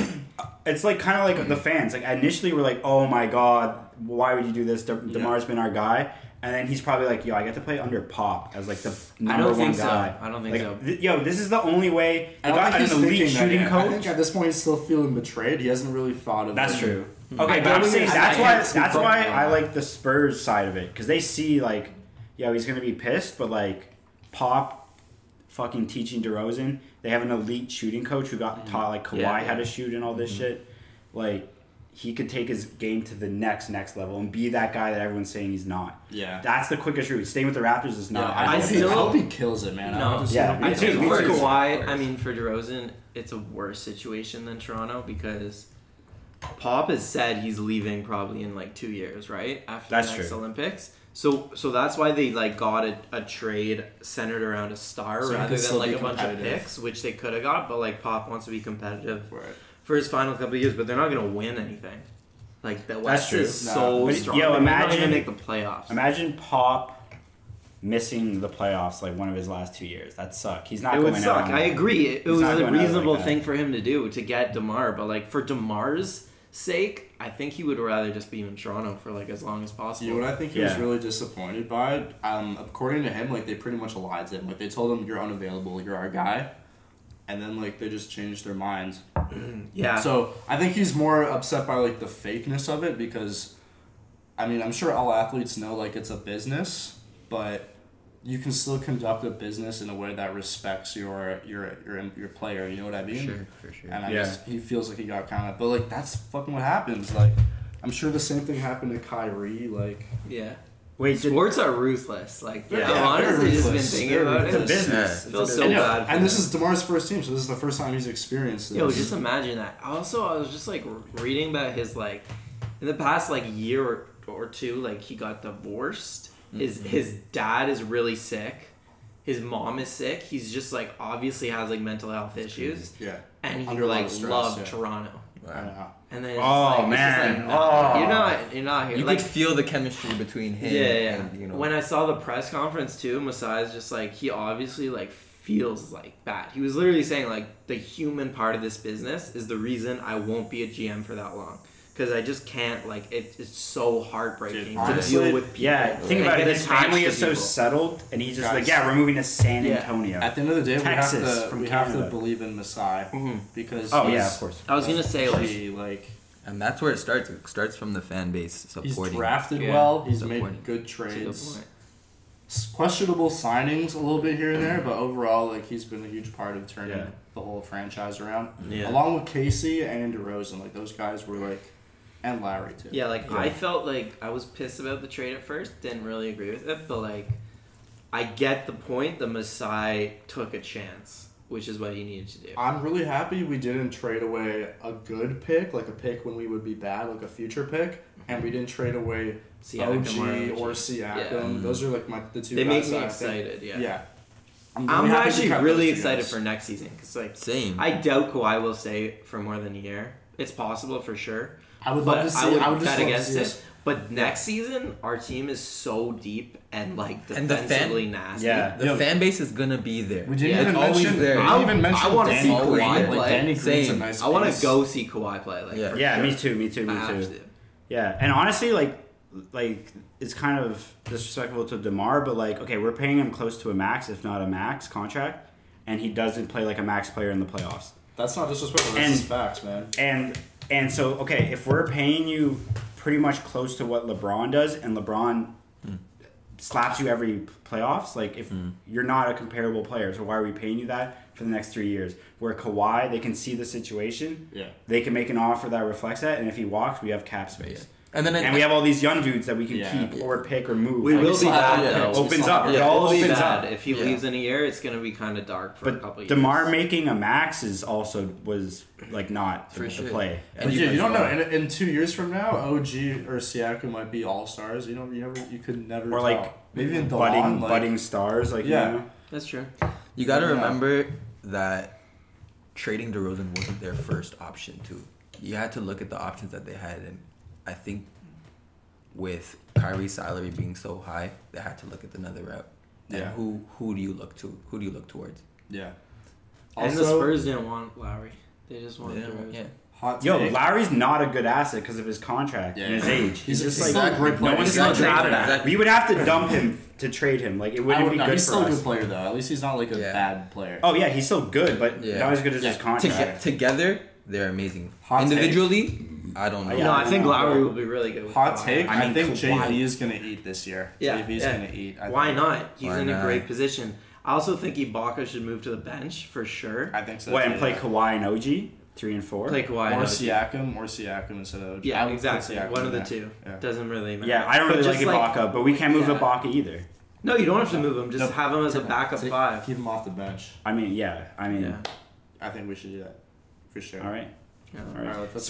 Speaker 5: It's like kind of like the fans. Like initially, we're like, "Oh my god, why would you do this?" De- Demar's been our guy, and then he's probably like, "Yo, I get to play under Pop as like the number
Speaker 6: don't
Speaker 5: one
Speaker 6: think so.
Speaker 5: guy."
Speaker 6: I don't think
Speaker 5: like,
Speaker 6: so.
Speaker 5: th- yo, this is the only way. I
Speaker 3: I don't
Speaker 5: got
Speaker 3: think
Speaker 5: an
Speaker 3: he's
Speaker 5: elite
Speaker 3: thinking that
Speaker 5: shooting
Speaker 3: yet. I think
Speaker 5: coach.
Speaker 3: at this point he's still feeling betrayed. He hasn't really thought of.
Speaker 5: That's
Speaker 3: it.
Speaker 5: true. Okay, but
Speaker 6: don't
Speaker 5: I'm
Speaker 6: think
Speaker 5: saying
Speaker 6: he's
Speaker 5: that's
Speaker 6: thinking
Speaker 5: why.
Speaker 6: it's
Speaker 5: That's why
Speaker 3: important.
Speaker 5: I like the Spurs side of it because they see like, yo, he's gonna be pissed, but like, Pop. Fucking teaching DeRozan, they have an elite shooting coach who got taught like Kawhi
Speaker 6: Mm-hmm. Yeah. Mm-hmm.
Speaker 5: how to shoot and all this shit. Like he could take his game to the next next level and be that guy that everyone's saying he's not.
Speaker 3: Yeah.
Speaker 5: That's the quickest route. Staying with the Raptors is
Speaker 3: No,
Speaker 5: not.
Speaker 3: I,
Speaker 6: Uh, I
Speaker 3: hope
Speaker 6: still-
Speaker 3: he, I hope he kills it, man. I
Speaker 6: No.
Speaker 3: hope to see
Speaker 5: Yeah,
Speaker 3: him
Speaker 5: I
Speaker 3: be
Speaker 6: I
Speaker 5: Yeah,
Speaker 6: think
Speaker 5: me
Speaker 6: for
Speaker 5: too.
Speaker 6: Kawhi, I mean for DeRozan, it's a worse situation than Toronto because Pop has said he's leaving probably in like two years, right after
Speaker 5: That's
Speaker 6: the next
Speaker 5: true.
Speaker 6: Olympics. So so that's why they like got a, a trade centered around a star
Speaker 3: So you
Speaker 6: rather
Speaker 3: can
Speaker 6: than
Speaker 3: still
Speaker 6: like
Speaker 3: be
Speaker 6: a bunch of
Speaker 3: competitive.
Speaker 6: picks, which they could have got. But like Pop wants to be competitive
Speaker 3: for it.
Speaker 6: for his final couple of years, but they're not gonna win anything. Like the West
Speaker 5: true.
Speaker 6: is
Speaker 3: No.
Speaker 6: so
Speaker 5: But,
Speaker 6: strong.
Speaker 5: yo,
Speaker 6: They're not gonna
Speaker 5: imagine-
Speaker 6: make the playoffs.
Speaker 5: Imagine Pop missing the playoffs like one of his last two years. That suck. He's not
Speaker 6: It
Speaker 5: going
Speaker 6: would
Speaker 5: out
Speaker 6: suck.
Speaker 5: on
Speaker 6: I
Speaker 5: that.
Speaker 6: agree. It, it
Speaker 5: He's
Speaker 6: was
Speaker 5: not
Speaker 6: a
Speaker 5: going out like
Speaker 6: reasonable
Speaker 5: that.
Speaker 6: thing for him to do to get Demar, but like for Demar's sake, I think he would rather just be in Toronto for like as long as possible.
Speaker 3: You know what I think he was
Speaker 5: Yeah.
Speaker 3: really disappointed by? Um, according to him, like they pretty much lied to him. Like they told him you're unavailable, you're our guy, and then like they just changed their minds.
Speaker 6: yeah.
Speaker 3: So I think he's more upset by like the fakeness of it because, I mean, I'm sure all athletes know like it's a business, but you can still conduct a business in a way that respects your your your your player. You know what I mean?
Speaker 4: Sure, for sure.
Speaker 3: And I
Speaker 5: Yeah.
Speaker 3: guess he feels like he got kind of, but like that's fucking what happens. Like I'm sure the same thing happened to Kyrie. Like.
Speaker 6: yeah.
Speaker 5: Wait, did,
Speaker 6: Sports are ruthless. Like
Speaker 3: Yeah,
Speaker 6: I've
Speaker 3: they're
Speaker 6: honestly just been
Speaker 3: ruthless.
Speaker 6: thinking
Speaker 3: They're
Speaker 6: about it.
Speaker 5: it's a business.
Speaker 6: I
Speaker 5: It's a
Speaker 6: feel
Speaker 5: business.
Speaker 6: so
Speaker 3: And, yeah,
Speaker 6: bad. for
Speaker 3: and this
Speaker 6: him.
Speaker 3: is Demar's first team, so this is the first time he's experienced this.
Speaker 6: Yo, just imagine that. Also, I was just like reading about his like in the past like year or, or two, like he got divorced. His
Speaker 3: Mm-hmm.
Speaker 6: his dad is really sick. His mom is sick. He's just like obviously has like mental health issues,
Speaker 3: yeah,
Speaker 6: and he
Speaker 3: Under a lot
Speaker 6: like
Speaker 3: of stress,
Speaker 6: loved
Speaker 3: yeah.
Speaker 6: Toronto.
Speaker 3: I
Speaker 4: Wow.
Speaker 3: know.
Speaker 6: And then it's
Speaker 5: Oh,
Speaker 6: just, like,
Speaker 5: man.
Speaker 6: it's just, like, no,
Speaker 5: Oh.
Speaker 6: you're not you're not here.
Speaker 4: You
Speaker 6: like
Speaker 4: could feel the chemistry between him.
Speaker 6: yeah, yeah.
Speaker 4: And, you know,
Speaker 6: When I saw the press conference too, Masai's just like he obviously like feels like that. He was literally saying like the human part of this business is the reason I won't be a GM for that long because I just can't like it, it's so heartbreaking
Speaker 3: Dude,
Speaker 6: to
Speaker 3: honestly,
Speaker 6: deal with people.
Speaker 5: yeah, think
Speaker 6: and
Speaker 5: about it.
Speaker 6: get
Speaker 5: His
Speaker 6: attached
Speaker 5: family
Speaker 6: to
Speaker 5: is so
Speaker 6: people.
Speaker 5: settled, and he's just
Speaker 3: Guys.
Speaker 5: like, yeah, we're moving to San
Speaker 6: Yeah.
Speaker 5: Antonio.
Speaker 3: At the end of the day, we
Speaker 5: Texas
Speaker 3: have to
Speaker 5: from
Speaker 3: we have to
Speaker 5: Canada.
Speaker 3: believe in Masai because
Speaker 5: oh
Speaker 3: he's-
Speaker 5: yeah, of course.
Speaker 6: I was gonna say like
Speaker 3: he, like
Speaker 4: and that's where it starts. It starts from the fan base
Speaker 3: he's
Speaker 4: supporting.
Speaker 3: drafted
Speaker 6: Yeah.
Speaker 3: well, he's
Speaker 4: Supporting.
Speaker 3: made good
Speaker 6: that's a good
Speaker 3: trades,
Speaker 6: point.
Speaker 3: S- questionable signings a little bit here and there, but overall, like he's been a huge part of turning
Speaker 5: Yeah.
Speaker 3: the whole franchise around,
Speaker 6: Yeah.
Speaker 3: along with Casey and DeRozan. Like those guys were like, and Larry too.
Speaker 6: Yeah, like I felt like I was pissed about the trade at first. Didn't really agree with it, but like I get the point. The Masai took a chance, which is what he needed to do.
Speaker 3: I'm really happy we didn't trade away a good pick, like a pick when we would be bad, like a future pick, and we didn't trade away
Speaker 6: Siakam or
Speaker 3: OG or
Speaker 6: OG.
Speaker 3: Siakam.
Speaker 6: Yeah.
Speaker 3: Those are like my the two.
Speaker 6: They
Speaker 3: guys
Speaker 6: make
Speaker 3: that
Speaker 6: me
Speaker 3: I think-
Speaker 6: excited, yeah.
Speaker 3: yeah.
Speaker 6: I'm
Speaker 3: happy we
Speaker 6: actually
Speaker 3: kept those
Speaker 6: really
Speaker 3: two
Speaker 6: excited
Speaker 3: guys.
Speaker 6: for next season because like
Speaker 4: Same.
Speaker 6: I doubt Kawhi will stay for more than a year. It's possible for sure.
Speaker 3: I would
Speaker 6: but
Speaker 3: love to see.
Speaker 6: I would,
Speaker 3: I would just
Speaker 6: bet
Speaker 3: love
Speaker 6: against
Speaker 3: to see
Speaker 6: it.
Speaker 3: us-
Speaker 6: But next season, our team is so deep and like
Speaker 4: And the fan-
Speaker 6: defensively nasty.
Speaker 5: Yeah.
Speaker 4: the
Speaker 3: Yo.
Speaker 4: fan base is gonna be there.
Speaker 3: We didn't
Speaker 6: Yeah,
Speaker 3: even
Speaker 4: it's always
Speaker 3: mention.
Speaker 4: there.
Speaker 3: We didn't
Speaker 6: I-
Speaker 3: even mention
Speaker 6: I wanna
Speaker 3: Danny
Speaker 6: see
Speaker 3: Green.
Speaker 6: Kawhi
Speaker 3: Like
Speaker 6: play.
Speaker 3: Danny Green's a
Speaker 4: Same.
Speaker 3: nice.
Speaker 6: I want
Speaker 3: piece.
Speaker 6: to go see Kawhi play. Like,
Speaker 4: Yeah.
Speaker 6: for
Speaker 5: Yeah,
Speaker 6: sure.
Speaker 5: me too. Me too.
Speaker 6: I
Speaker 5: Me
Speaker 6: have
Speaker 5: too.
Speaker 6: to.
Speaker 5: Yeah, and honestly, like, like it's kind of disrespectful to Demar, but like, okay, we're paying him close to a max, if not a max contract, and he doesn't play like a max player in the playoffs.
Speaker 3: That's not disrespectful. That's just
Speaker 5: And-
Speaker 3: facts, man.
Speaker 5: And and so, okay, if we're paying you pretty much close to what LeBron does, and LeBron slaps you every playoffs, like if you're not a comparable player, so why are we paying you that for the next three years? Where Kawhi, they can see the situation,
Speaker 3: Yeah.
Speaker 5: they can make an offer that reflects that, and if he walks, we have cap
Speaker 4: Yeah.
Speaker 5: space.
Speaker 4: And then
Speaker 5: and we have all these young dudes that we can
Speaker 3: Yeah.
Speaker 5: keep or pick or move.
Speaker 6: We
Speaker 5: Like,
Speaker 6: will
Speaker 5: it's
Speaker 6: be
Speaker 5: not-
Speaker 6: bad
Speaker 4: yeah,
Speaker 6: though.
Speaker 4: it's
Speaker 5: opens up.
Speaker 4: Yeah,
Speaker 5: it all
Speaker 6: We'll be
Speaker 5: opens
Speaker 6: bad.
Speaker 5: up.
Speaker 6: If he
Speaker 4: Yeah.
Speaker 6: leaves in a year, it's gonna be kind of dark for a couple
Speaker 5: But
Speaker 6: years.
Speaker 5: Demar making a max is also was like not the, the play.
Speaker 3: But yeah, you don't know. In, in two years from now, OG or Siakam might be all stars. You know, you never, you could never.
Speaker 5: Or like
Speaker 3: tell. maybe in the
Speaker 5: budding
Speaker 3: long, like,
Speaker 5: budding stars like
Speaker 3: Yeah.
Speaker 5: you know.
Speaker 6: That's true.
Speaker 4: You got to
Speaker 3: Yeah.
Speaker 4: remember that trading DeRozan wasn't their first option too. You had to look at the options that they had, and I think with Kyrie's salary being so high, they had to look at another route. And
Speaker 3: Yeah.
Speaker 4: who who do you look to? Who do you look towards?
Speaker 3: Yeah.
Speaker 6: and the Spurs didn't want Lowry. They just wanted
Speaker 4: Yeah,
Speaker 6: DeRozan.
Speaker 4: yeah.
Speaker 3: hot
Speaker 5: Yo,
Speaker 3: take.
Speaker 5: Lowry's not a good asset because of his contract and his age.
Speaker 3: He's, just
Speaker 4: he's
Speaker 3: like
Speaker 4: not a
Speaker 3: great
Speaker 4: great
Speaker 3: player.
Speaker 5: no one's
Speaker 4: he's
Speaker 5: gonna
Speaker 4: not great
Speaker 5: trade
Speaker 4: for
Speaker 5: him.
Speaker 4: that.
Speaker 5: We would have to dump him to trade him. Like it wouldn't be good
Speaker 3: He's
Speaker 5: for
Speaker 3: still a
Speaker 5: us.
Speaker 3: good player though. At least he's not like a
Speaker 4: Yeah.
Speaker 3: bad player.
Speaker 5: Oh yeah, he's still good, but
Speaker 4: Yeah.
Speaker 5: not as good as
Speaker 3: Yeah.
Speaker 5: his
Speaker 4: Toge-
Speaker 5: contract.
Speaker 4: together, they're amazing.
Speaker 3: Hot take.
Speaker 4: Individually, I don't know.
Speaker 5: Yeah.
Speaker 6: No, I think
Speaker 5: Yeah.
Speaker 6: Lowry will be really good. With
Speaker 3: Hot
Speaker 6: Kawhi.
Speaker 3: take. I,
Speaker 5: I mean,
Speaker 3: think
Speaker 5: Kawhi-
Speaker 3: JV is gonna eat this year.
Speaker 6: Yeah,
Speaker 3: JV's
Speaker 6: yeah.
Speaker 3: gonna eat. I
Speaker 6: Why
Speaker 3: think.
Speaker 6: not? He's
Speaker 4: Why
Speaker 6: in
Speaker 4: not?
Speaker 6: a great position. I also think Ibaka should move to the bench for sure.
Speaker 3: I think so.
Speaker 5: What
Speaker 3: too,
Speaker 5: and play
Speaker 3: yeah.
Speaker 5: Kawhi and OG three and four.
Speaker 6: Play Kawhi.
Speaker 3: or
Speaker 6: no.
Speaker 3: Siakam or Siakam instead of. I
Speaker 6: yeah,
Speaker 3: would put
Speaker 6: exactly.
Speaker 3: Siakam
Speaker 6: One
Speaker 3: in
Speaker 6: of the
Speaker 3: there.
Speaker 6: two.
Speaker 3: Yeah.
Speaker 6: Doesn't really matter.
Speaker 5: yeah, I don't
Speaker 6: But
Speaker 5: really like
Speaker 6: just,
Speaker 5: Ibaka, but we can't move
Speaker 6: Yeah.
Speaker 5: Ibaka either.
Speaker 6: No, you don't have to move him. Just
Speaker 3: No.
Speaker 6: have him as a backup
Speaker 3: Take-
Speaker 6: five.
Speaker 3: Keep him off the bench.
Speaker 5: I mean, yeah, I mean,
Speaker 6: Yeah.
Speaker 3: I think we should do that for sure.
Speaker 5: all right.
Speaker 3: All right, let's